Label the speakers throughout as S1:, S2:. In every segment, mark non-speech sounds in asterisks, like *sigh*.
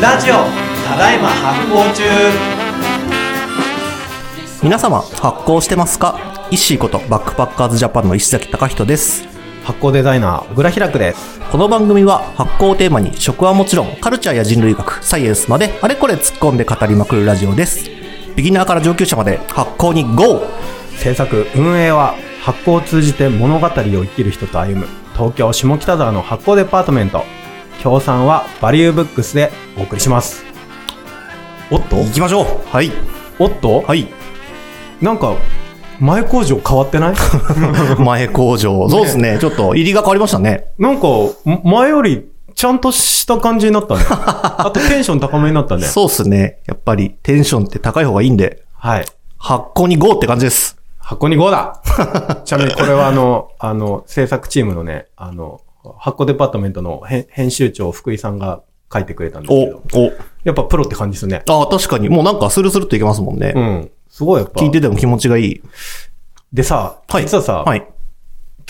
S1: ラジオただいま発行中
S2: 皆様発行してますかイッシーことバックパッカーズジャパンの石崎貴人です
S1: 発行デザイナー小倉平久です
S2: この番組は発行をテーマに食はもちろんカルチャーや人類学サイエンスまであれこれ突っ込んで語りまくるラジオですビギナーから上級者まで発行に GO!
S1: 制作運営は発行を通じて物語を生きる人と歩む東京下北沢の発行デパートメント協賛はバリューブックスでお送りしますおっと
S2: 行きましょうはい
S1: おっと
S2: はい *laughs*
S1: なんか前工場変わってない
S2: 前工場そうですねちょっと入りが変わりましたね
S1: なんか前よりちゃんとした感じになったねあとテンション高めになったね
S2: そうですねやっぱりテンションって高い方がいいんで
S1: はい
S2: 発行に GO って感じです
S1: 箱に5だ *laughs* ちなみにこれはあの、あの、制作チームのね、あの、箱デパートメントの編編集長福井さんが書いてくれたんです
S2: お
S1: けど、
S2: お
S1: やっぱプロって感じですね。
S2: ああ確かにもうなんかスルスルっといけますもんね、
S1: うん。すごいやっぱ。
S2: 聞いてても気持ちがいい
S1: でさ、
S2: はい
S1: 実はさ、
S2: はい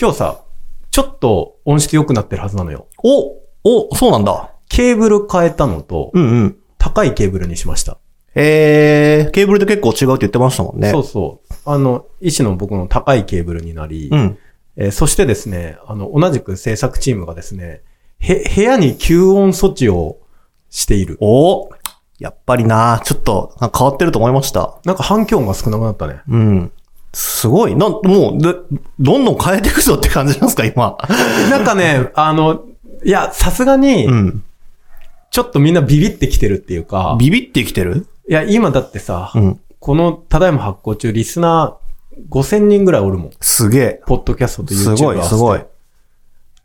S1: 今日さ、ちょっと音質良くなってるはずなのよ。
S2: おおそうなんだ
S1: ケーブル変えたのと、
S2: うんうん
S1: 高いケーブルにしました。
S2: えー、ケーブルで結構違うって言ってましたもんね。
S1: そうそう。あの、医師の僕の高いケーブルになり、
S2: ん。
S1: えーそしてですね、あの、同じく制作チームがですね、へ、部屋に吸音措置をしている。
S2: おやっぱりなちょっと、なんか変わってると思いました。
S1: なんか反響音が少なくなったね。
S2: うん。すごい。なん、もう、で、どんどん変えていくぞって感じなんですか、今。
S1: *laughs* なんかね、あの、いや、さすがに
S2: う、ん。
S1: ちょっとみんなビビってきてるっていうか、
S2: ビビってきてる
S1: いや、今だってさ、
S2: うん。
S1: この、ただいま発行中、リスナー5000人ぐらいおるもん。
S2: すげえ。
S1: ポッドキャストと YouTube
S2: すご
S1: 合わ
S2: い、
S1: せ
S2: す
S1: て
S2: ごい。。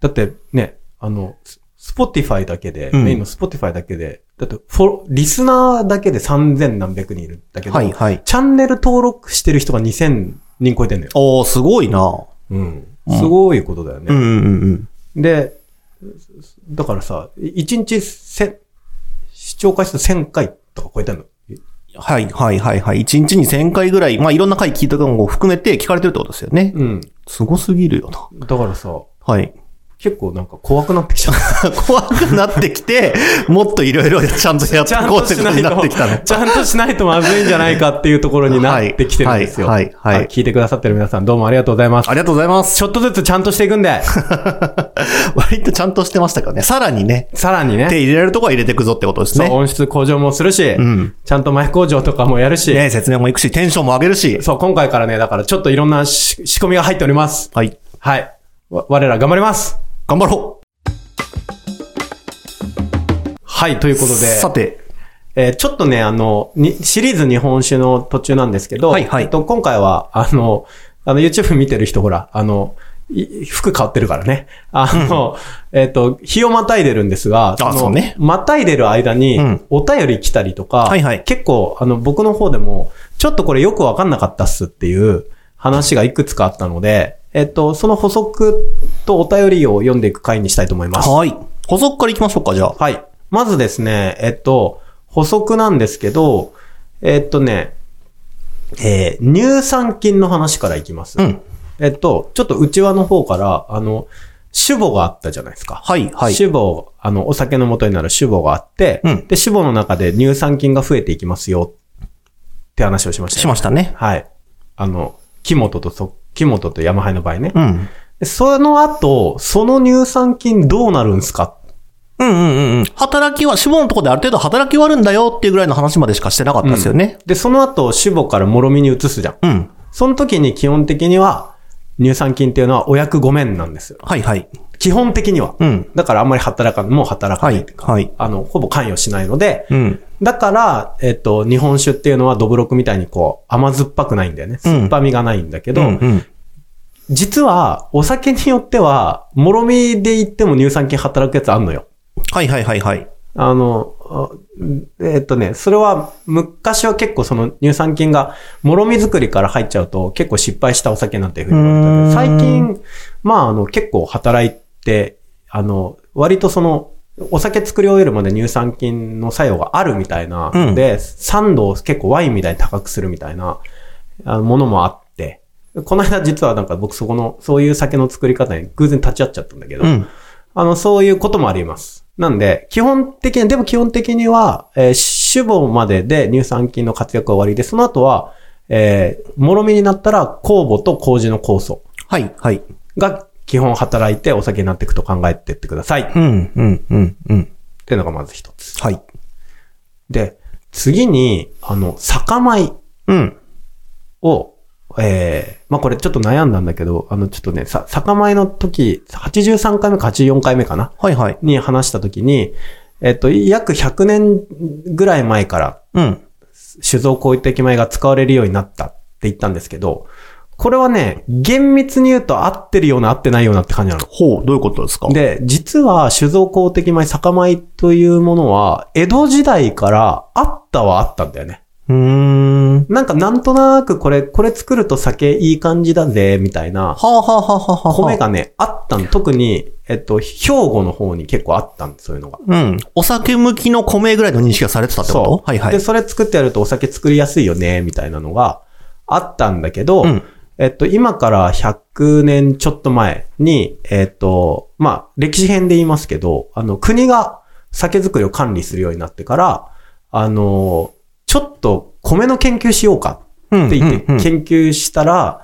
S1: だってね、あの、ススポティファイだけで、
S2: うん
S1: メインのスポティファイだけで、だってフォロ、リスナーだけで3000何百人いるんだけど、
S2: はい、はい。
S1: チャンネル登録してる人が2000人超えてんのよ。
S2: おー、すごいな
S1: うん。すごいことだよね。
S2: うんうんうんうん。
S1: で、だからさ、1日せ、視聴回数1000回とか超えてんの。
S2: はい、はい、はい、はい。1日に1000回ぐらい、まあ、いろんな回聞いたのも含めて聞かれてるってことですよね。
S1: うん。
S2: すごすぎるよな。
S1: だからさ、
S2: はい。
S1: 結構なんか怖くなってきちゃった。
S2: 怖くなってきて、もっといろいろ *laughs* ちゃんとやって
S1: *laughs* ちゃん
S2: こう
S1: と
S2: って
S1: し
S2: こと
S1: ない
S2: になって
S1: と、
S2: きたね。
S1: *laughs* ちゃんとしないとまずいんじゃないかっていうところになってきてるんですよ。
S2: はいはいはいはい
S1: 聞いてくださってる皆さんどうもありがとうございます。
S2: ありがとうございます。
S1: ちょっとずつちゃんとしていく
S2: *laughs*
S1: んで、
S2: 割とちゃんとしてましたからね。さらにね、
S1: さらにね、
S2: 手入れられるとこは入れていくぞってことです
S1: そう
S2: ね。
S1: 音質向上もするし、
S2: ん
S1: ちゃんと前工場とかもやるし、
S2: ね説明もいくし、テンションも上げるし。
S1: そう、今回からね、だからちょっといろんなし仕込みが入っております。
S2: はい。
S1: はい。わ我ら頑張ります
S2: 頑張ろ
S1: はい、というこ
S2: う
S1: とで。
S2: さて、
S1: えーちょっとね、あの、にシリーズ日本酒の途中なんですけど、
S2: はいはい
S1: えっと、今回は、あの、あの、YouTube 見てる人、ほら、あの、い服変わってるからね。あの、えっと、日をまたいでるんですが、の
S2: そうね
S1: またいでる間に
S2: うん、
S1: お便り来たりとか、
S2: はいはい
S1: 結構、あの、僕の方でも、ちょっとこれよくわかんなかったっすっていう話がいくつかあったので、えっと、その補足とお便りを読んでいく回にしたいと思います。
S2: はい。補足から行きましょうか、じゃあ。
S1: はい。まずですね、えっと、補足なんですけど、えっとね、えー乳酸菌の話からいきます。
S2: うん。
S1: えっと、ちょっと内輪の方から、あの、酒母があったじゃないですか。
S2: はい、はい。
S1: 酒母、あの、お酒の元になる酒母があって、
S2: うん
S1: で、酒母の中で乳酸菌が増えていきますよ、って話をしました、
S2: しましたね。
S1: はい。あの、木本とそ、木本と山イの場合ね。
S2: うん。
S1: でその後、その乳酸菌どうなるんすか
S2: うんうんうんうん。働きは、志望のとこである程度働き終わるんだよっていうぐらいの話までしかしてなかったですよね。
S1: で、その後、主母からもろみに移すじゃん。
S2: うん。
S1: その時に基本的には、乳酸菌っていうのはお役御免なんですよ。
S2: はい、はい。
S1: 基本的には。
S2: うん。
S1: だからあんまり働かん、もう働か
S2: は
S1: ない。
S2: い、はい。
S1: あの、ほぼ関与しないので、
S2: うん。
S1: だから、えっと、日本酒っていうのはどぶろくみたいにこう、甘酸っぱくないんだよね。酸っぱみがないんだけど、
S2: うんうん
S1: 実は、お酒によっては、もろみで言っても乳酸菌働くやつあんのよ。
S2: はい、はい、はい、はい。
S1: あの、あえっとね、それは昔は結構その乳酸菌がもろみ作りから入っちゃうと結構失敗したお酒なんていうふうに言われたけど
S2: うーん
S1: 最近、まああの結構働いて、あの、割とその、お酒作り終えるまで乳酸菌の作用があるみたいな、
S2: うん
S1: で、酸度を結構ワインみたいに高くするみたいなあのものもあって、この間実はなんか僕そこの、そういう酒の作り方に偶然立ち会っちゃったんだけど、
S2: うん。
S1: あの、そういうこともあります。なんで、基本的に、でも基本的には、えー主母までで乳酸菌の活躍は終わりで、その後は、えー、もろみになったら酵母と麹の酵素
S2: はい、はい。
S1: が基本働いてお酒になっていくと考えてってください。っ
S2: うん、うん、うん、うん。
S1: ていうのがまず一つ。
S2: はい。
S1: で、次に、あの、酒米
S2: うん。
S1: を、えー、まあ、これちょっと悩んだんだけど、あの、ちょっとね、さ、酒米の時、83回目か84回目かな
S2: はい、はい。
S1: に話した時に、えっと、約100年ぐらい前から
S2: うん。
S1: 酒造公的米が使われるようになったって言ったんですけど、これはね、厳密に言うと合ってるような合ってないようなって感じなの。
S2: ほう、どういうことですか
S1: で、実は酒造公的米、酒米というものは、江戸時代からあったはあったんだよね。
S2: うーん。は
S1: なんかなんとなくこれ、これ作ると酒いい感じだぜ、みたいな、
S2: あ、はあはあはあはあ、
S1: 米がね、あったの。特に、えっと、兵庫の方に結構あったんです、そういうのが。
S2: うん。お酒向きの米ぐらいの認識がされてたってこと
S1: そう。
S2: はいはい
S1: で、。それ作ってやるとお酒作りやすいよね、みたいなのがあったんだけど、
S2: うん。
S1: えっと、今から100年ちょっと前に、えっと、まあ、歴史編で言いますけど、あの、国が酒造りを管理するようになってから、あの、ちょっと米の研究しようか
S2: うん。
S1: って言って
S2: うんうん
S1: 研究したら、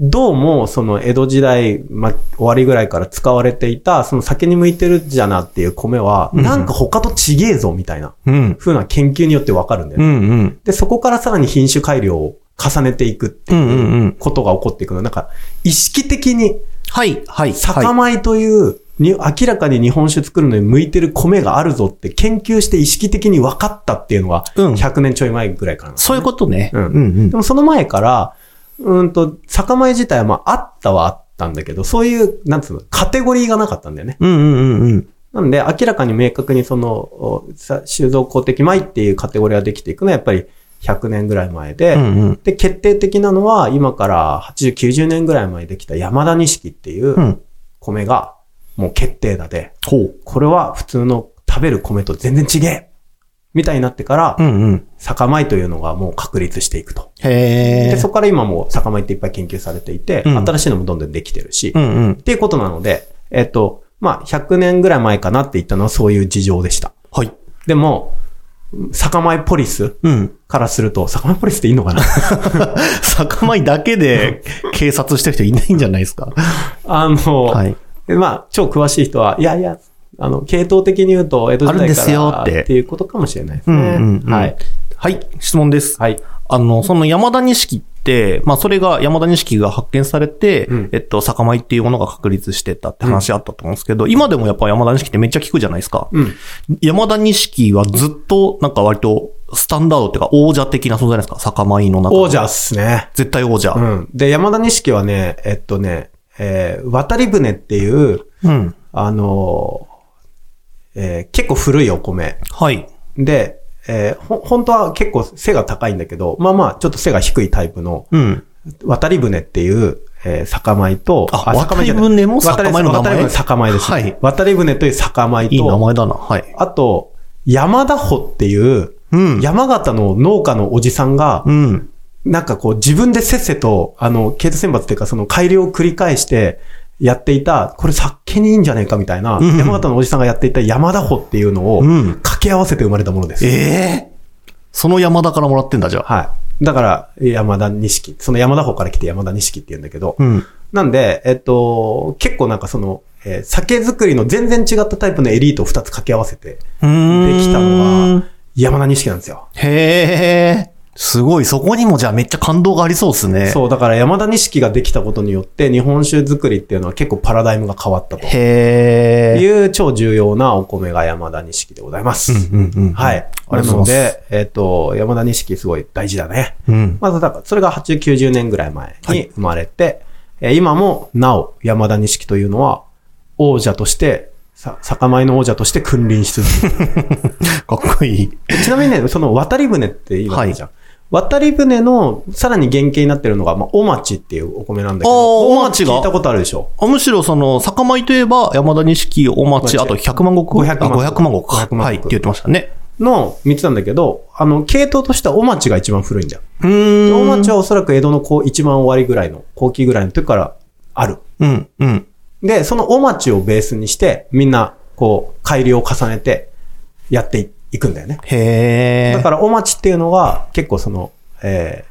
S1: どうも、その江戸時代、ま、終わりぐらいから使われていた、その酒に向いてるじゃなっていう米は、
S2: うん
S1: なんか他とちげえぞみたいな
S2: うん。
S1: 風な研究によってわかるんだよ
S2: う
S1: ね。
S2: んうん。
S1: で、そこからさらに品種改良を重ねていくって
S2: うんうんう
S1: い
S2: ん
S1: うことが起こっていくの。なんか、意識的に、
S2: はい、はい、
S1: 酒
S2: は
S1: 米という、に明らかに日本酒作るのに向いてる米があるぞって研究して意識的に分かったっていうのが、
S2: うん
S1: 100年ちょい前ぐらいからな
S2: い。
S1: んです
S2: そういうことね。
S1: うん
S2: うん
S1: で。もその前から、うんと、酒米自体はまああったはあったんだけど、そういう、なんつうの、カテゴリーがなかったんだよね。
S2: うんうんうんうん。
S1: なんで、明らかに明確にその、おさ収蔵公的米っていうカテゴリーができていくのはやっぱり100年ぐらい前で、
S2: うんうん。。
S1: で、決定的なのは今から80、90年ぐらい前にできた山田錦っていううん米がもう決定打で、
S2: ほう。
S1: これは普通の食べる米と全然違えみたいになってから、
S2: うんうん。
S1: 酒米というのがもう確立していくと。
S2: へ
S1: で、
S2: え。
S1: そこから今も酒米っていっぱい研究されていて、
S2: うん
S1: 新しいのもどんどんできてるし、
S2: う
S1: っ
S2: んうん。
S1: ていうことなので、えっと、まあ、100年ぐらい前かなって言ったのはそういう事情でした。
S2: はい。
S1: でも、酒米ポリス
S2: うん。
S1: からすると、酒米ポリスっていいの
S2: *laughs*
S1: かな
S2: 酒米だけで警察してる人いないんじゃないですか。
S1: あの、
S2: はい。
S1: でまあ、超詳しい人は、いやいや、あの、系統的に言うと、江戸時
S2: あるん
S1: 代
S2: ですよ
S1: から
S2: って
S1: っていうことかもしれないです
S2: う
S1: ね。
S2: んうんうん。
S1: はい。。
S2: はい。質問です。
S1: はい。
S2: あの、その山田錦って、まあ、それが山田錦が発見されて、
S1: うん
S2: えっと、酒米っていうものが確立してたって話あったと思うんですけど、今でもやっぱ山田錦ってめっちゃ聞くじゃないですか。
S1: うん。
S2: 山田錦はずっと、なんか割と、スタンダードっていうか、王者的な存在なんですか酒米の中の
S1: 王者っすね。
S2: 絶対王者。
S1: う
S2: うん。
S1: ん。で、山田錦はね、えっとね、えー渡り船っていう、あのーえー結構古いお米。
S2: はい。
S1: で、えーほ、本当は結構背が高いんだけど、まあまあ、ちょっと背が低いタイプの、
S2: うん。
S1: 渡り船っていう、えー酒米と、
S2: あ
S1: 酒米じゃな
S2: 渡
S1: い
S2: り船も酒米の名前
S1: 渡り船酒米です。
S2: はい
S1: 渡り船という酒米と、
S2: いい名前だな。はい。
S1: あと、山田穂っていう、
S2: うん。
S1: 山形の農家のおじさんが、
S2: うん。
S1: なんかこう自分でせっせと、あの、系統選抜っていうかその改良を繰り返してやっていた、これ酒にいいんじゃないかみたいな、
S2: んうん
S1: 山形のおじさんがやっていた山田穂っていうのを
S2: うん
S1: 掛け合わせて生まれたものです。
S2: ええその山田からもらってんだ、じゃあ。
S1: はい。だから、山田錦。その山田穂から来て山田錦って言うんだけど、
S2: うん。
S1: なんで、えっと、結構なんかその、えー酒造りの全然違ったタイプのエリートを2つ掛け合わせて
S2: うーん。
S1: できたのが、山田錦なんですよ。
S2: へえ、すごい。そこにもじゃあめっちゃ感動がありそうですね。
S1: そう、だから山田錦ができたことによって日本酒作りっていうのは結構パラダイムが変わったと。
S2: へえ。
S1: いう超重要なお米が山田錦でございます。
S2: うんうんうん
S1: はい。
S2: ありがとうございます
S1: なので、えっ、と、山田錦すごい大事だね。
S2: うん。
S1: まず、だから、それが80、90年ぐらい前
S2: はい
S1: に生まれて、えー今もなお山田錦というのは王者として、さ酒米の王者として君臨し続けてる
S2: かっこいい。 *laughs*
S1: ちなみにね、その渡り船って今
S2: はい
S1: じゃん。渡り船のさらに原型になってるのが、まあ、お町っていうお米なんだけ
S2: あー
S1: ど、
S2: お町が
S1: 聞いたことあるでしょ
S2: あむしろその、酒米といえば、山田錦、お町、あと100万石
S1: 500万石
S2: あ500万石
S1: 500
S2: か。
S1: 万石
S2: はい。って言ってましたね。
S1: の3つなんだけど、あの、系統としてはお町が一番古いんだよ。
S2: うーん。
S1: お町はおそらく江戸のこう一番終わりぐらいの、後期ぐらいの時からある。
S2: うん、うん。
S1: で、そのお町をベースにして、みんなこう、改良を重ねて、やっていいくんだよね。
S2: へ
S1: だ
S2: え
S1: か。ら、お町っていうのは、結構その、え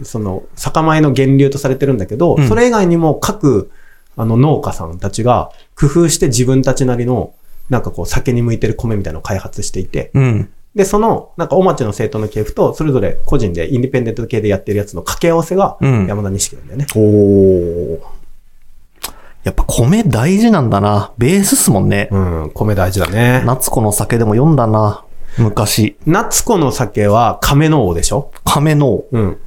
S1: ーその、酒米の源流とされてるんだけど、
S2: うん
S1: それ以外にも各、あの、農家さんたちが、工夫して自分たちなりの、なんかこう、酒に向いてる米みたいなのを開発していて、
S2: うん。
S1: で、その、なんか、お町の政党の系譜と、それぞれ個人で、インディペンデント系でやってるやつの掛け合わせが、
S2: うん
S1: 山田錦なんだよね。
S2: おー。やっぱ米大事なんだな。ベースっすもんね。
S1: うん、米大事だね。
S2: 夏子の酒でも読んだな。昔。
S1: 夏子の酒は亀の王でしょ
S2: 亀の。
S1: うん。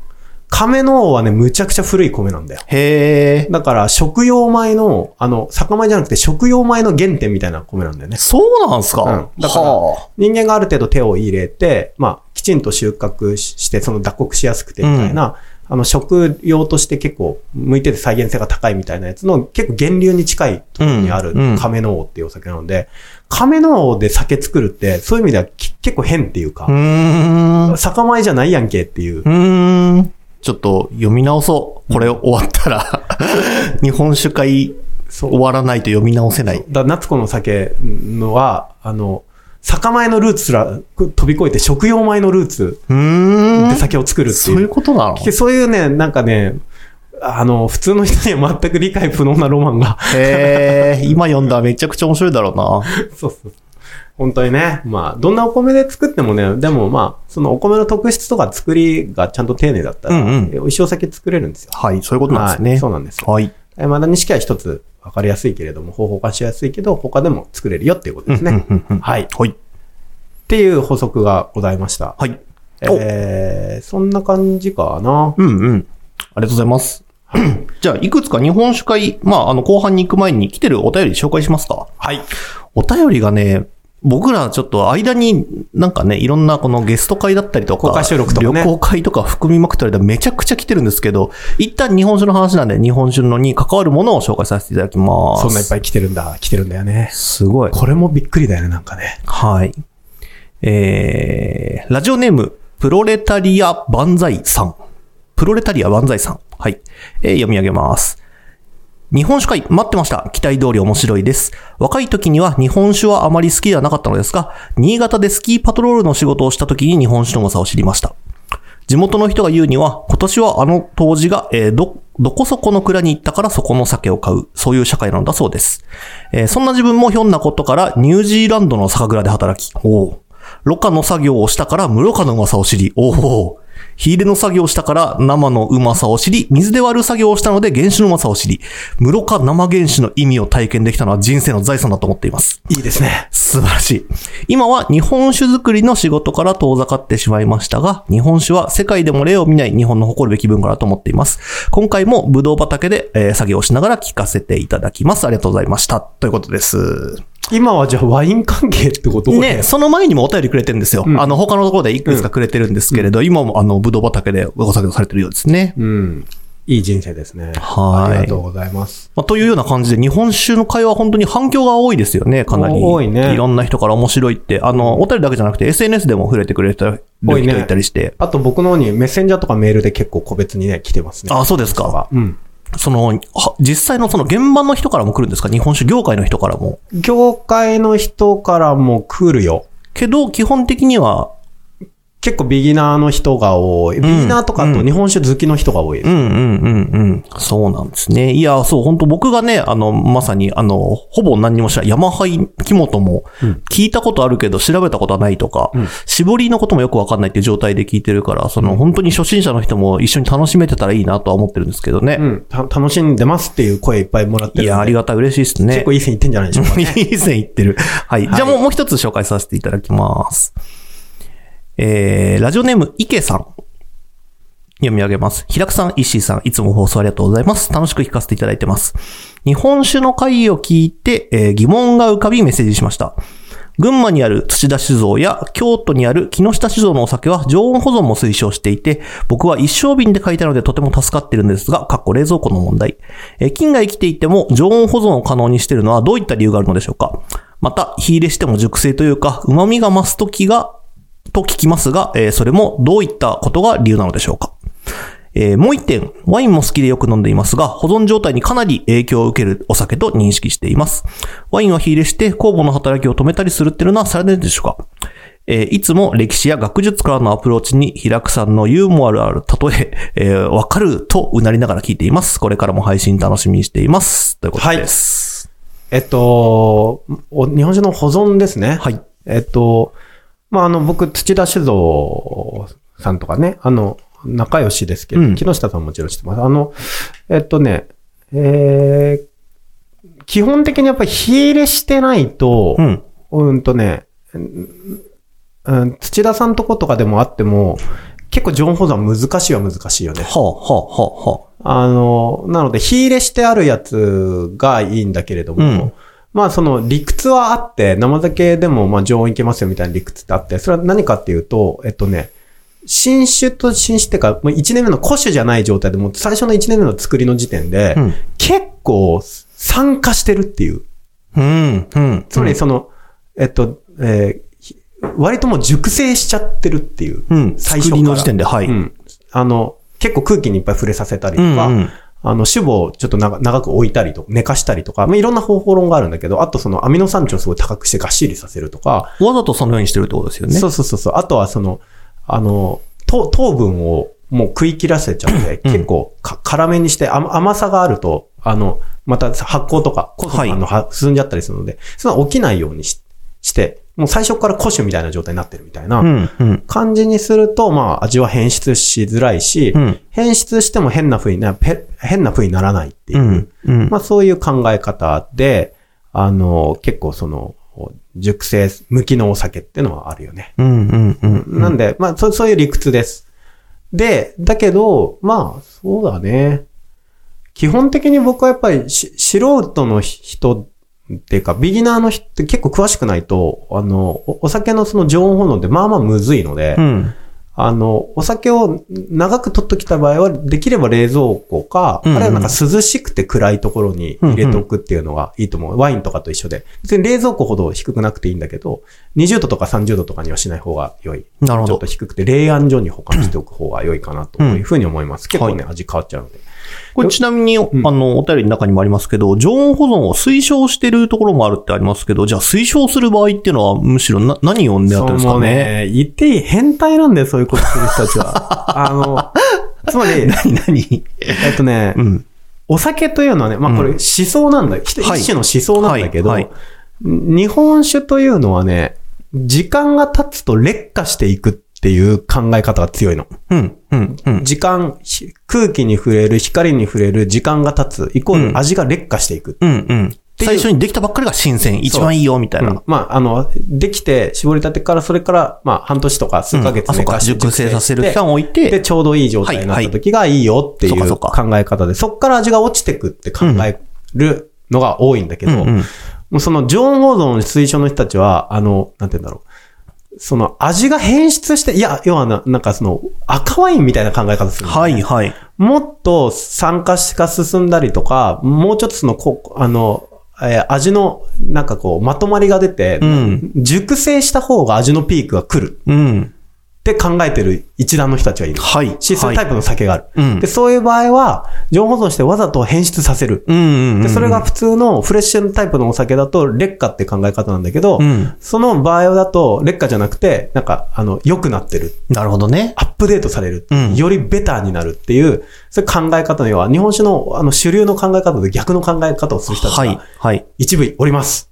S1: 亀の王はね、むちゃくちゃ古い米なんだよ。
S2: へえ。
S1: だから、食用米の、あの、酒米じゃなくて食用米の原点みたいな米なんだよね。
S2: そうなんすか、
S1: うんだから
S2: は
S1: 人間がある程度手を入れて、まあ、きちんと収穫しして、その脱穀しやすくてみたいな、あの、食用として結構、向いてて再現性が高いみたいなやつの、結構源流に近いところにある
S2: うんうん
S1: 亀の王っていうお酒なので、亀の王で酒作るって、そういう意味ではき結構変っていう
S2: あ。う
S1: か、
S2: ーん。う
S1: 酒米じゃないやんけっていう、
S2: ーん。ちょっと読み直そう。これ終わった
S1: *laughs*
S2: ら、日本酒会
S1: そう
S2: 終わらないと読み直せない。
S1: だ夏子の酒のは、あの、酒米のルーツすらく飛び越えて食用米のルーツ
S2: うー
S1: で
S2: ん。
S1: 酒を作るって
S2: そう
S1: い。
S2: いううことなの
S1: でそういうね、なんかね、あの、普通の人には全く理解不能なロマンが。 *laughs*
S2: へえ、今読んだらめちゃくちゃ面白いだろうな。
S1: そうそう。本当にね。まあ、どんなお米で作ってもね、でもまあ、そのお米の特質とか作りがちゃんと丁寧だったら、
S2: うんうん
S1: え一生先作れるんですよ。
S2: はい、そういうことなんです
S1: は
S2: ね。
S1: いそうなんですよ
S2: はい。
S1: えまだ錦は一つ分かりやすいけれども、方法化しやすいけど、他でも作れるよっていうことですね。
S2: うんうんうんうん
S1: はい。っ
S2: はい。
S1: ていう補足がございました。
S2: はい。お、
S1: えー、そんな感じかな。
S2: うんうん。ありがとうございます。じゃあ、いくつか日本酒会、まあ、あの、後半に行く前に来てるお便り紹介しますか。
S1: はい。
S2: お便りがね、僕らちょっと間になんかね、いろんなこのゲスト会だったりとか、
S1: 公開収録とかね
S2: 旅行会とか含みまくったりでめちゃくちゃ来てるんですけど、一旦日本酒の話なんで日本酒のに関わるものを紹介させていただきます。
S1: そんないっぱい来てるんだ、来てるんだよね。
S2: すごい。
S1: これもびっくりだよね、なんかね。
S2: はい。えー、ラジオネーム、プロレタリア万歳さん。プロレタリア万歳さん。はい。えー読み上げます。日本酒会待ってました。期待通り面白いです。若い時には日本酒はあまり好きではなかったのですが、新潟でスキーパトロールの仕事をした時に日本酒の良さを知りました。地元の人が言うには、今年はあの当時が、えーど、どこそこの蔵に行ったからそこの酒を買う、そういう社会なんだそうです。えーそんな自分もひょんなことからニュージーランドの酒蔵で働き、おうろ過の作業をしたから無ろ過のうまさを知り、おお火入れの作業をしたから生のうまさを知り、水で割る作業をしたので原酒のうまさを知り、無ろ過生原酒の意味を体験できたのは人生の財産だと思っています。
S1: いいですね。
S2: 素晴らしい。今は日本酒作りの仕事から遠ざかってしまいましたが、日本酒は世界でも例を見ない日本の誇るべき文化だと思っています。今回もブドウ畑で、えー作業をしながら聞かせていただきます。ありがとうございました。ということです。
S1: 今はじゃあワイン関係ってこと
S2: ね、。その前にもお便りくれてるんですよ。あの、他のところでいくつかくれてるんですけれど、今もあの、ブドウ畑でお作業されてるようですね。
S1: うん。いい人生ですね。
S2: はい
S1: ありがとうございます。
S2: まあ、というような感じで、日本酒の会話は本当に反響が多いですよね、かなり。
S1: お多いね
S2: いろんな人から面白いって、あの、お便りだけじゃなくて、SNS でも触れてくれてる人
S1: 多いね
S2: いたりして。
S1: あと僕の方にメッセンジャーとかメールで結構個別にね、来てますね。
S2: あ、そうですか。
S1: うん。
S2: その、は実際のその現場の人からも来るんですか日本酒業界の人からも。
S1: 業界の人からも来るよ。
S2: けど、基本的には、
S1: 結構ビギナーの人が多い。ビギナーとかあと日本酒好きの人が多いです。
S2: うんうんうんうん。そうなんですね。いや、そう、本当僕がね、あの、まさに、あの、ほぼ何にも知らない。ヤマハイ、木本も、聞いたことあるけど、調べたことはないとか、絞りのこともよくわかんないっていう状態で聞いてるから、その、本当に初心者の人も一緒に楽しめてたらいいなとは思ってるんですけどね。
S1: うん。た楽しんでますっていう声いっぱいもらってるんで。
S2: いや、ありがたい、嬉しいですね。
S1: 結構いい線いってんじゃないでしょうかね。
S2: いい線いってる。はい。じゃあもう、もう一つ紹介させていただきます。えー、ラジオネーム、池さん。読み上げます。平久さん、石井さん、いつも放送ありがとうございます。楽しく聞かせていただいてます。日本酒の会を聞いて、えー疑問が浮かびメッセージしました。群馬にある土田酒造や京都にある木下酒造のお酒は常温保存も推奨していて、僕は一升瓶で買いたいのでとても助かってるんですが、かっこ冷蔵庫の問題。えー菌が生きていても常温保存を可能にしているのはどういった理由があるのでしょうかまた、火入れしても熟成というか、旨味が増すときが、と聞きますが、えーそれもどういったことが理由なのでしょうかえーもう一点、ワインも好きでよく飲んでいますが、保存状態にかなり影響を受けるお酒と認識しています。ワインは火入れして酵母の働きを止めたりするっていうのはされないでしょうかえーいつも歴史や学術からのアプローチに、平久さんのユーモアある例え、えーわかるとうなりながら聞いています。これからも配信楽しみにしています。ということです。
S1: えっと、お日本酒の保存ですね。
S2: はい。
S1: えっと、まあ、あの、僕、土田酒造さんとかね、あの、仲良しですけど、
S2: うん
S1: 木下さんももちろん知ってます。あの、えっとね、えー、基本的にやっぱり火入れしてないと、
S2: うん。
S1: うんとね、うんうん、土田さんとことかでもあっても、結構情報保存難しいは難しいよね。
S2: はあ、はあ、はあ、は
S1: あの、なので、火入れしてあるやつがいいんだけれども、
S2: うん
S1: まあその理屈はあって、生酒でもまあ常温いけますよみたいな理屈ってあって、それは何かっていうと、えっとね、新酒と新酒っていうか、もう1年目の古酒じゃない状態でもう最初の1年目の作りの時点で、
S2: あ。うん。
S1: 結構酸化してるっていう。
S2: うん、うん。
S1: つまりその、えっと、えーひ割ともう熟成しちゃってるっていう。
S2: うん。
S1: 最
S2: 作
S1: 初から
S2: りの時点で、はい。
S1: うん。あの、結構空気にいっぱい触れさせたりと
S2: う
S1: か、
S2: んうん
S1: あの、主母をちょっと長長く置いたりとか、寝かしたりとか、まあ、いろんな方法論があるんだけど、あとそのアミノ酸値をすごい高くしてがっしりさせるとか、
S2: わざとそのようにしてるってことですよね。
S1: そうそうそうそう、あとはその、あの、糖糖分をもう食い切らせちゃって、
S2: うん
S1: 結構か辛めにして甘甘さがあると、あの、また発酵とか、酵素があの、は進んじゃったりするので、それは起きないようにしして、もう最初から古酒みたいな状態になってるみたいな、
S2: うん、うん。
S1: 感じにすると、まあ、味は変質しづらいし、
S2: うん
S1: 変質しても変な風にな、ペ変な風にならないっていうう、
S2: ん、うん。
S1: まあ、そういう考え方で、あの、結構その、熟成向きのお酒っていうのはあるよね。
S2: うん、うん、うん。
S1: なんで、まあ、そう、そういう理屈です。で、だけど、まあ、そうだね。基本的に僕はやっぱりし、素人の人っていうか、ビギナーの人って結構詳しくないと、あの、おお酒のその常温保存ってまあまあむずいので、
S2: うん、
S1: あの、お酒を長く取っときた場合は、できれば冷蔵庫か、
S2: うんうん
S1: あるいはなんか涼しくて暗いところに入れておくっていうのがいいと思う。ワインとかと一緒で。別に冷蔵庫ほど低くなくていいんだけど、20度とか30度とかにはしない方が良い。
S2: なるほ
S1: ちょ
S2: ど
S1: っと。低くて冷暗所に保管しておく方が良いかなというふうに思います。結構ね、味変わっちゃうので。
S2: これちなみに、
S1: ん
S2: あの、お便りの中にもありますけど、常温保存を推奨してるところもあるってありますけど、じゃあ推奨する場合っていうのは、むしろな、何をんであったんです
S1: そ
S2: か
S1: う
S2: ね。
S1: ね、言っていい変態なんだよ、そういうことする人た
S2: *laughs*
S1: ちは。あの、つまり、
S2: 何 *laughs* 何
S1: えっとね、
S2: うん。
S1: お酒というのはね、まあこれ思想なんだ、一
S2: はい
S1: 一種の思想なんだけど、
S2: はいはい
S1: 日本酒というのはね、時間が経つと劣化していくっていう考え方が強いの。
S2: うん、うん、うん。
S1: 時間、ひ空気に触れる、光に触れる、時間が経つ、イコール味が劣化していく。
S2: うん、うん。
S1: いう
S2: 最初にできたばっかりが新鮮、一番いいよ、みたい
S1: うん
S2: な。
S1: まあ、あの、できて、絞りたてから、それから、まあ、半年とか数ヶ月
S2: あ、そ
S1: 寝
S2: うか、
S1: かして
S2: 熟成させる期
S1: して
S2: 間を置い
S1: で、
S2: て、
S1: ちょうどいい状態になった時がいいよってい
S2: はいうはいそ
S1: 考
S2: うかそ
S1: え方で、そっから味が落ちてくって考えるのが多いんだけど、
S2: うんうん
S1: もうそのジョン・ウォードの推奨の人たちは、あの、なんて言うんだろう。その味が変質して、いや、要はな、なんかその赤ワインみたいな考え方するのね、
S2: はい、はい。
S1: もっと酸化が進んだりとか、もうちょっとその、こあの、えー味の、なんかこう、まとまりが出て、
S2: ん
S1: 熟成した方が味のピークが来る
S2: うん。
S1: って考えてる一団の人たちがいる。
S2: はい。
S1: シス
S2: はい
S1: タイプの酒がある。
S2: うん
S1: で、そういう場合は、常温保存してわざと変質させる。
S2: うん、うんうん。
S1: で、それが普通のフレッシュタイプのお酒だと、劣化って考え方なんだけど、
S2: うん
S1: その場合だと、劣化じゃなくて、なんか、あの、良くなってる。
S2: なるほどね。
S1: アップデートされる。
S2: うん
S1: よりベターになるっていう、そういう考え方の要は、日本酒のあの主流の考え方と逆の考え方をする人たち
S2: はい
S1: が、、
S2: はい。
S1: 一部おります。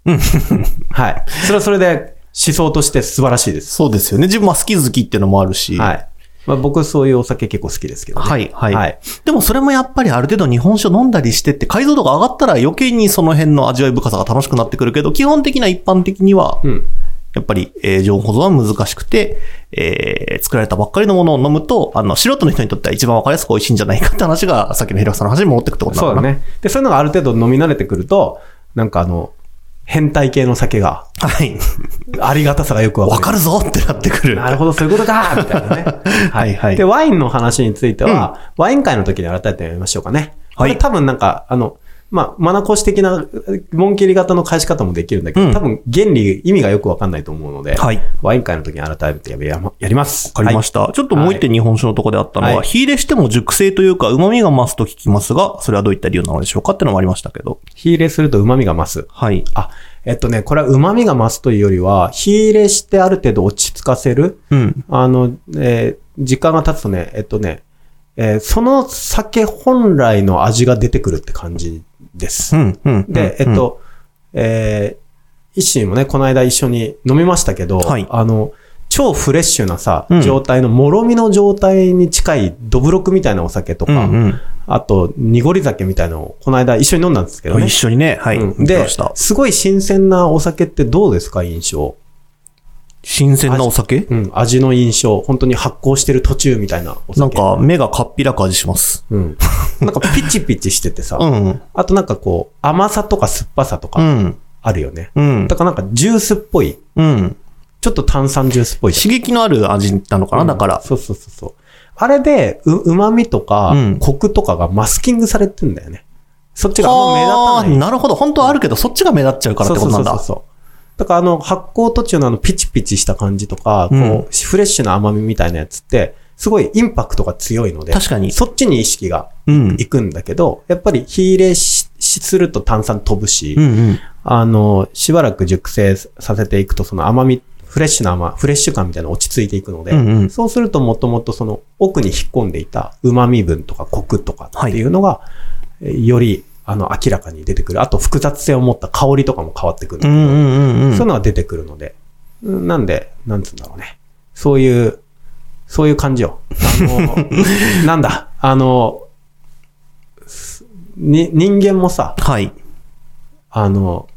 S1: はい。それはそれで、思想として素晴らしいです。
S2: そうですよね。自分は好き好きっていうのもあるし。
S1: はい。まあ、僕、そういうお酒結構好きですけどね。
S2: はい、はい、
S1: はい
S2: でもそれもやっぱりある程度日本酒を飲んだりしてって解像度が上がったら余計にその辺の味わい深さが楽しくなってくるけど、基本的な一般的には、
S1: うん。
S2: やっぱり、えー、情報保存は難しくて、えー、作られたばっかりのものを飲むと、あの、素人の人にとっては一番わかりやすく美味しいんじゃないかって話が、さっきの平川さんの話に戻ってくってことな
S1: そ
S2: の
S1: う
S2: か
S1: だ
S2: な。
S1: ね。で、そういうのがある程度飲み慣れてくると、なんかあの、変態系の酒が、
S2: はい。 *laughs*
S1: ありがたさがよくわか
S2: わ
S1: る。
S2: かるぞってなってくる。
S1: なるほど、そういうこ
S2: *laughs*
S1: とかみたいなね。
S2: はいはい
S1: で、ワインの話については、ワイン会の時に改めてやりましょうかね。
S2: はい
S1: これ多分なんか、あの、まあ、マナコシ的な、文切り型の返し方もできるんだけど、
S2: うん
S1: 多分、原理、意味がよくわかんないと思うので、
S2: はい
S1: ワイン会の時に改めてやべやまやります。
S2: わかりました。ちょっともう一点日本酒のところであったのは、
S1: はい
S2: 火入れしても熟成というか、旨味が増すと聞きますが、それはどういった理由なのでしょうかってのもありましたけど。
S1: 火入れすると旨味が増す。
S2: はい。
S1: あ、えっとね、これは旨味が増すというよりは、火入れしてある程度落ち着かせる。
S2: うん。
S1: あの、えー時間が経つとね、えっとね、えーその酒本来の味が出てくるって感じです
S2: う。ん、うん。
S1: で、
S2: うん
S1: えっ、と、えー、一心もね、この間一緒に飲みましたけど、
S2: はい
S1: あの、超フレッシュなさ
S2: うん、
S1: 状態の、もろみの状態に近い、どぶろくみたいなお酒と
S2: う
S1: か、
S2: ん、うん。
S1: あと、濁り酒みたいなのを、この間一緒に飲んだんですけどね
S2: 一。緒にね、はい。
S1: うん
S2: 見て
S1: で
S2: ました、。
S1: すごい新鮮なお酒ってどうですか、印象。
S2: 新鮮なお酒
S1: うん、味の印象。本当に発酵してる途中みたいなお酒。
S2: なん、か、目がかっぴらく味します。
S1: うん。なんかピチピチしててさ、
S2: うん。
S1: あとなんかこう、甘さとか酸っぱさと
S2: う
S1: か
S2: ん。
S1: あるよね。
S2: うん
S1: だ。からなんかジュースっぽい。
S2: うん。
S1: ちょっと炭酸ジュースっぽいじ
S2: 刺激のある味なのかな、
S1: ゃん
S2: だから。
S1: そうそうそうそう。あれで、う、旨味とか
S2: うん、
S1: コクとかがマスキングされてんだよね。そっちがあんま目立たない
S2: あー。なるほど。本当はあるけど、そっちが目立っちゃうからってことなんだ。
S1: そうそうそうそうだからあの、発酵途中のあの、ピチピチした感じとか、
S2: うん
S1: こう、フレッシュな甘みみたいなやつって、すごいインパクトが強いので、
S2: 確かに
S1: そっちに意識が
S2: うん。
S1: いくんだけど、やっぱり火入れししすると炭酸飛ぶし、
S2: うんうん。
S1: あの、しばらく熟成させていくと、その甘み、フレッシュな甘、フレッシュ感みたいなの落ち着いていくので、
S2: うんうん
S1: そうするともともとその奥に引っ込んでいた旨味分とかコクとかっていうのが、えーより、あの、明らかに出てくる。あと複雑性を持った香りとかも変わってくる。
S2: うんうんうんうん。
S1: そういうのが出てくるので。うんなんで、なんつうんだろうね。そういう、そういう感じよ。あの、
S2: *laughs*
S1: なんだ、あの、すに、人間もさ、
S2: はい。
S1: あの、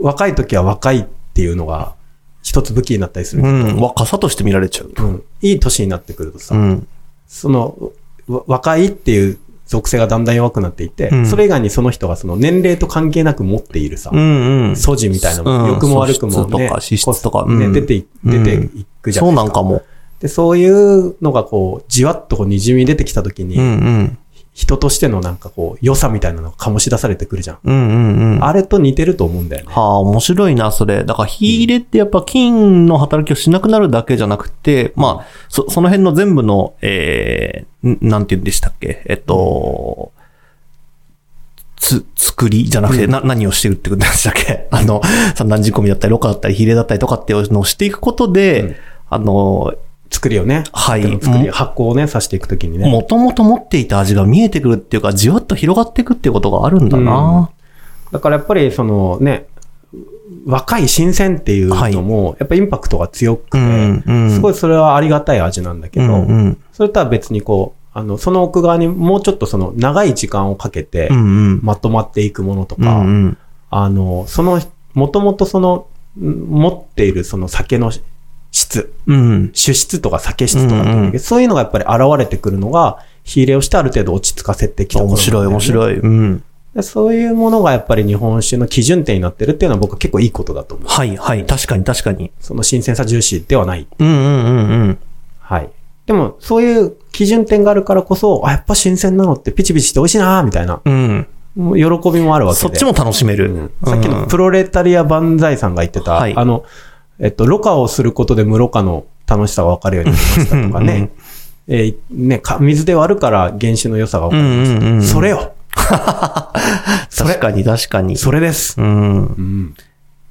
S1: 若い時は若いっていうのが一つ武器になったりする。
S2: うん。若さとして見られちゃう。
S1: うんいい年になってくるとさ、
S2: うん。
S1: その、わ若いっていう属性がだんだん弱くなっていって、
S2: うん
S1: それ以外にその人がその年齢と関係なく持っているさ、
S2: うんうん。
S1: 素地みたいなも
S2: うん
S1: の、良くも悪くも
S2: 素質と
S1: ね、
S2: か脂質とか
S1: こうね
S2: うん
S1: 出てい、出ていくじゃ
S2: そ
S1: な
S2: う
S1: いです
S2: なんか
S1: か。
S2: も。
S1: で、そういうのがこう、じわっとこう滲み出てきた時に、
S2: うんうん。
S1: 人としてのなんかこう、良さみたいなのが醸し出されてくるじゃん。
S2: うんうんうん。は
S1: あれと似てると思うんだよね。
S2: あ、面白いな、それ。だから、火入れってやっぱ金の働きをしなくなるだけじゃなくて、まあ、そ、その辺の全部の、えー、んなんて言うんでしたっけ、えっと、つ、作りじゃなくて、な、何をしてるってことでしたっけ *laughs* あの、三段仕込みだったり、ろ過だったり、火入れだったりとかっていうのをしていくことで、
S1: うん
S2: あの、
S1: 作りをね。
S2: はい
S1: 作り
S2: うん
S1: 発酵をね、さしていくときにね。
S2: もともと持っていた味が見えてくるっていうか、じわっと広がっていくっていうことがあるんだな。
S1: だからやっぱりそのね、若い新鮮っていうのも、やっぱインパクトが強くて、
S2: うんうん
S1: すごいそれはありがたい味なんだけど、
S2: うんうん
S1: それとは別にこう、あの、その奥側にもうちょっとその長い時間をかけて
S2: う、んうん。
S1: まとまっていくものと
S2: う
S1: か、
S2: んうん。
S1: あの、その、もともとその、ん持っているその酒の質、
S2: うん。
S1: 酒質とか酒質とかっていう
S2: うん
S1: だ
S2: うん
S1: けどそういうのがやっぱり現れてくるのが、火入れをしてある程度落ち着かせてきた
S2: 面白い面
S1: い。
S2: 白い。うん。
S1: でそういうものがやっぱり日本酒の基準点になってるっていうのは僕は結構いいことだと思う。
S2: はいはい。確かに確かに。
S1: その新鮮さ重視ではない。
S2: うんうんうんうん。
S1: はい。でも、そういう基準点があるからこそ、あ、やっぱ新鮮なのってピチピチして美味しいなーみたいな、
S2: うん。
S1: もう喜びもあるわけで。
S2: そっちも楽しめる。
S1: さっきのプロレタリア万歳さんが言ってた、
S2: はい
S1: あの、えっと、ろ過をすることで無ろ過の楽しさが分かるようになりましたとかね。えーねか、水で割るから原酒の良さが分か
S2: う
S1: る。
S2: んうんうん。
S1: それよ
S2: 確かに確かに。
S1: それです、
S2: うん。
S1: うん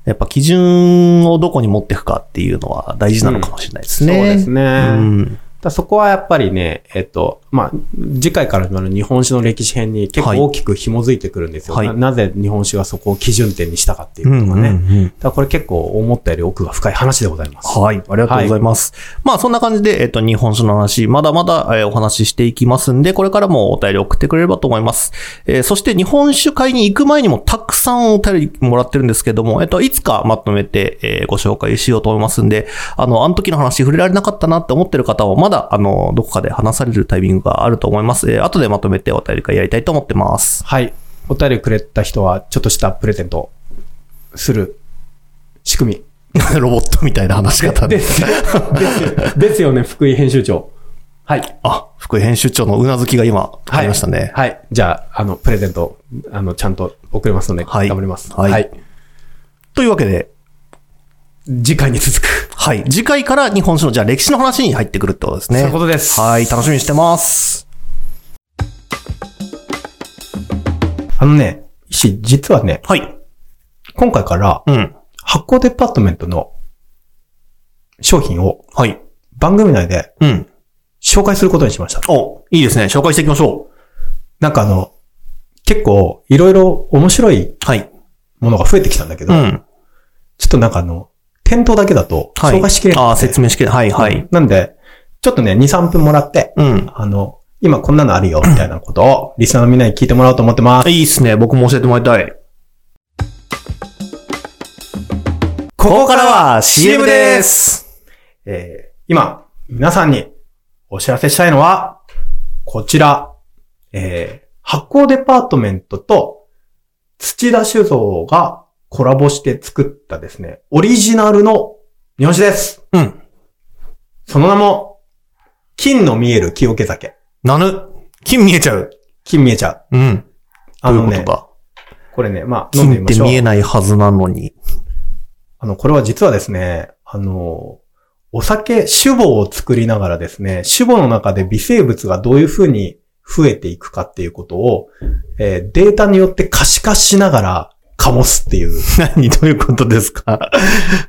S2: やっぱ基準をどこに持っていくかっていうのは大事なのかもしれないですね。
S1: そうですね。
S2: うん。
S1: だそこはやっぱりね、えっと、まあ、次回からの日本酒の歴史編に結構大きく紐づいてくるんですよ。
S2: はい
S1: ななぜ日本酒がそこを基準点にしたかっていう
S2: う
S1: こ
S2: ん
S1: と
S2: う
S1: が
S2: ん
S1: ね。
S2: うん。
S1: だからこれ結構思ったより奥が深い話でございます。
S2: はい。ありがとうございます。まあ、そんな感じで、えっと、日本酒の話、まだまだ、えーお話ししていきますんで、これからもお便り送ってくれればと思います。えーそして、日本酒会に行く前にもたくさんお便りもらってるんですけども、えっと、いつかまとめて、えーご紹介しようと思いますんで、あの、あの時の話触れられなかったなって思ってる方は、まだ、あの、どこかで話されるタイミングがあると思います。えー後でまとめてお便り会やりたいと思ってます。 *laughs*
S1: はい。お便りくれた人は、ちょっとしたプレゼントをする仕組み。
S2: ロボットみたいな話し方で。
S1: ですよね、福井編集長。はい。
S2: あ、副編集長のうなずきが今、ありましたね。
S1: はい。じゃあ、あの、プレゼント、あの、ちゃんと送れますので、
S2: はい
S1: 頑張ります。
S2: はいというわけで、
S1: 次回に続く。
S2: はい。次回から日本史の、じゃあ歴史の話に入ってくるってことですね。
S1: そういうことです
S2: はい。楽しみにしてます。
S1: あのね、し、実はね、
S2: はい。
S1: 今回から、
S2: うん。
S1: 発行デパートメントの商品を
S2: はい。
S1: 番組内で
S2: うん。
S1: 紹介することにしました。
S2: お、いいですね。紹介していきましょ。
S1: なんかあの、結構いろいろ面白いう
S2: はい。
S1: ものが増えてきたんだけど、
S2: うん。
S1: ちょっとなんかあの、店頭だけだと
S2: はい。
S1: 紹介しきれない、
S2: ああ、説明しきれない。はい、はい。
S1: なんで、ちょっとね、2、3分もらって、
S2: うん。
S1: あの、今こんなのあるよ、みたいなことを、リスナーのみんなに聞いてもらおうと思ってます。
S2: いいっすね。僕も教えてもらいたい。ここからは CM です。
S1: えー今、皆さんにお知らせしたいのは、こちら、えー発酵デパートメントと土田酒造がコラボして作ったですね、オリジナルの日本酒です。
S2: うん。
S1: その名も、金の見える清家酒。
S2: なぬ。金見えちゃう。
S1: 金見えちゃ
S2: う
S1: う。
S2: ん。
S1: あの
S2: どうい
S1: ね
S2: うこ、とか。
S1: これね、まあ、飲んで
S2: 金
S1: み
S2: っ
S1: ましてょう
S2: 見。えないはずなのに。 *laughs*
S1: あの、これは実はですね、あの、お酒、酒母を作りながらですね、酒母の中で微生物がどういうふうに増えていくかっていうことを、えーデータによって可視化しながら醸すっていう。い
S2: 何どういうことですか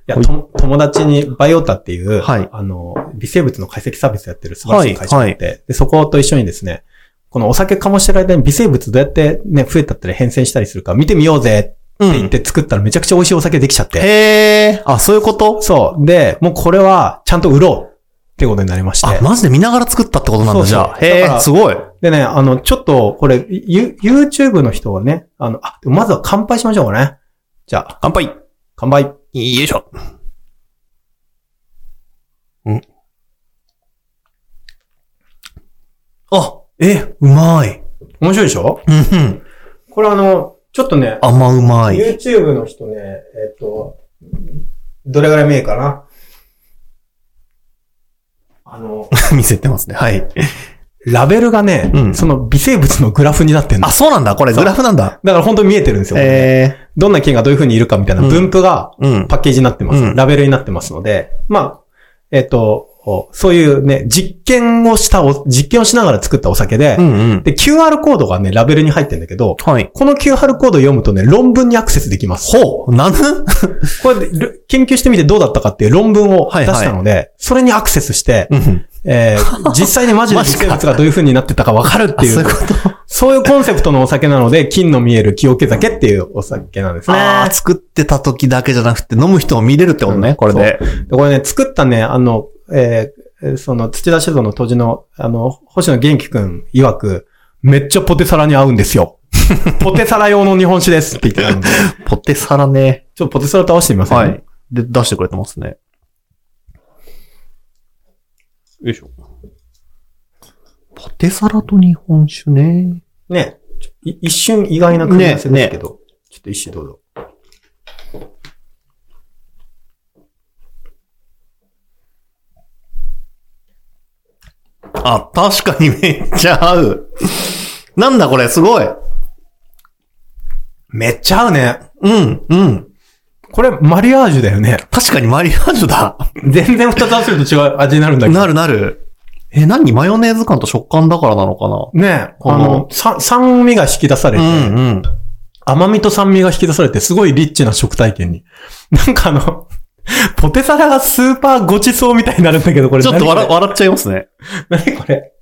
S1: や、
S2: はい
S1: と友達にバイオタっていう、
S2: はい
S1: あの、微生物の解析サービスやってる素晴らしい会社があって、でそこと一緒にですね、このお酒醸してる間に微生物どうやってね、増えたったり変遷したりするか見てみようぜ
S2: う
S1: って言っ
S2: ん。
S1: て作ったらめちゃくちゃ美味しいお酒できちゃって。
S2: へえ。あ、そういうこと
S1: そう。で、もうこれはちゃんと売ろうってことになりまして。
S2: あ、マジで見ながら作ったってことなん
S1: そうそ
S2: だ、じゃ
S1: う
S2: あ。
S1: だか
S2: へえ、
S1: ら
S2: すごい。
S1: でね、あの、ちょっと、これ、ユ、YouTube の人はね、あの、あ、でもまずは乾杯しましょうかね。じゃあ、
S2: 乾杯。よ
S1: 乾杯。
S2: いしょ。んあ、え、うまい。
S1: 面白いでしょ
S2: うんうん。
S1: これあの、ちょっとね、
S2: 甘うまい。
S1: YouTube の人ね、えっと、どれぐらい見えるかなあの、
S2: *laughs* 見せてますね。はい。
S1: *laughs* ラベルがね、
S2: うん
S1: その微生物のグラフになってんの
S2: あ、。そうなんだ。これ
S1: そう
S2: グラフなんだ。
S1: だから本当に見えてるんですよ。
S2: ええ。
S1: どんな菌がどういう風にいるかみたいな分布が
S2: うん。
S1: パッケージになってます。
S2: うん
S1: ラベルになってますので、まあ、えっ、と、そういうね、実験をしたお、実験をしながら作ったお酒で、
S2: うんうん。
S1: で、QR コードがね、ラベルに入ってんだけど、
S2: はい。
S1: この QR コードを読むとね、論文にアクセスできます。
S2: ほう、なぬ
S1: これで、る研究してみてどうだったかっていう論文を
S2: はい
S1: 出
S2: はい
S1: したので、それにアクセスして、
S2: うん。
S1: え *laughs* ー実際にマジで
S2: マジか
S1: 生物がどういう風になってたかわかるって
S2: あ
S1: いう、
S2: そ
S1: *laughs* そうう
S2: いうこと。
S1: いうコンセプトのお酒なので、金の見える清気酒っていうお酒なんですね。
S2: ああ、作ってた時だけじゃなくて、飲む人も見れるってことね、
S1: うん
S2: これで。
S1: でこれね、作ったね、あの、えーえーその、土田酒造の当時の、あの、星野元気くん曰く、めっちゃポテサラに合うんですよ。 *laughs* ポテサラ用の日本酒ですって言ってた *laughs* ので、
S2: ポテサラね。
S1: ちょっとポテサラ倒してみません、
S2: はい。で、出してくれてますね。よいしょ。ポテサラと日本酒ね。
S1: ねちょい一瞬意外な組み合わせですけど、ちょっと一瞬どうぞ。
S2: あ、確かに *laughs* めっちゃ合う。なんだこれ、すごい。
S1: めっちゃ合うね。
S2: うん、うん。
S1: これ、マリアージュだよね。
S2: 確かにマリアージュ *laughs* だ。
S1: 全然二つ合わせると違う味になるんだけど。
S2: なるなる。え、何マヨネーズ感と食感だからなのかな
S1: ね
S2: この
S1: あの、さ酸味が引き出されて、
S2: うんうん。
S1: 甘みと酸味が引き出されて、すごいリッチな食体験に。 *laughs* なんかあの、ポテサラがスーパーごちそうみたいになるんだけど、これ
S2: ちょっと笑
S1: 何こ
S2: 笑っちゃいますね。
S1: れ何これ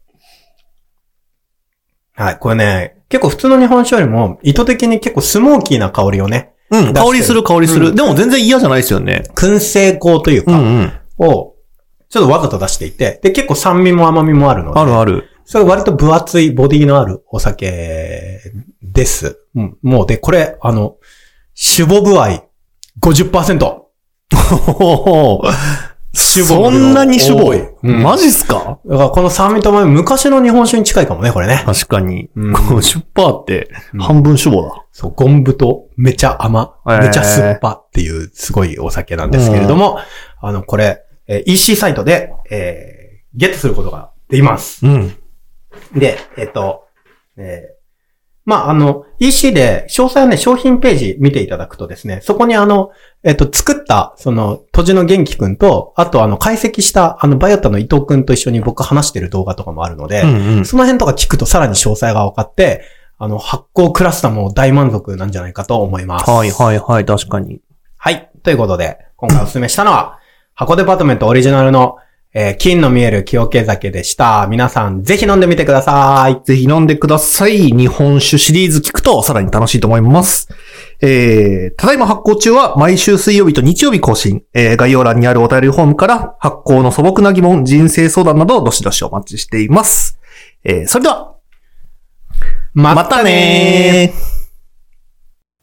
S1: はい、これね、結構普通の日本酒よりも、意図的に結構スモーキーな香りをね、
S2: うん、香
S1: 出してる
S2: りする香りする。
S1: うん
S2: でも全然嫌じゃないですよね。
S1: 燻製香というか、
S2: うん。
S1: を、ちょっとわざと出していて、で、結構酸味も甘みもあるので、
S2: あるある。
S1: それ割と分厚いボディのあるお酒です。うん、もう、で、これ、あの、酒母具合50%。
S2: *laughs* そんなに
S1: 多
S2: 脂
S1: い
S2: 肪、
S1: うん
S2: マジっすか
S1: だからこの酸味と甘み、昔の日本酒に近いかもね、これね。
S2: 確かに。
S1: うん
S2: 50%って
S1: うん
S2: 半分脂肪だ。
S1: そう、ゴンブとめちゃ甘、
S2: へー
S1: めちゃ酸っぱっていうすごいお酒なんですけれども、あの、これ、えー EC サイトで、えーゲットすることがでいます。
S2: うん。
S1: で、えっと、えーまあ、あの、EC で、詳細はね、商品ページ見ていただくとですね、そこにあの、えっと、作った、その、とじの元気くんと、あとあの、解析した、あの、バイオタの伊藤くんと一緒に僕話してる動画とかもあるので、
S2: うんうん。
S1: その辺とか聞くとさらに詳細が分かって、あの、発行クラスターも大満足なんじゃないかと思います。
S2: はいはいはい、確かに。
S1: はい。ということで、今回お勧めしたのは、箱デパートメントオリジナルの、えー金の見える清家酒でした。皆さん、ぜひ飲んでみてください。
S2: ぜひ飲んでください。日本酒シリーズ聞くとさらに楽しいと思います。えー、ただいま発行中は毎週水曜日と日曜日更新。えー、概要欄にあるお便りフォームから発行の素朴な疑問、人生相談などどしどしお待ちしています。えー、それでは、
S1: ま
S2: またね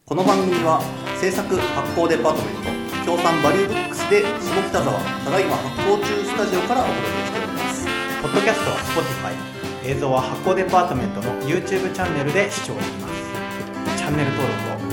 S2: この番組は制作発行デパートメント協賛バリューブックスで下北沢ただいま発行中スタジオからお届けしております
S1: ポッドキャストは Spotify、映像は発行デパートメントの YouTube チャンネルで視聴できます。チャンネル登録を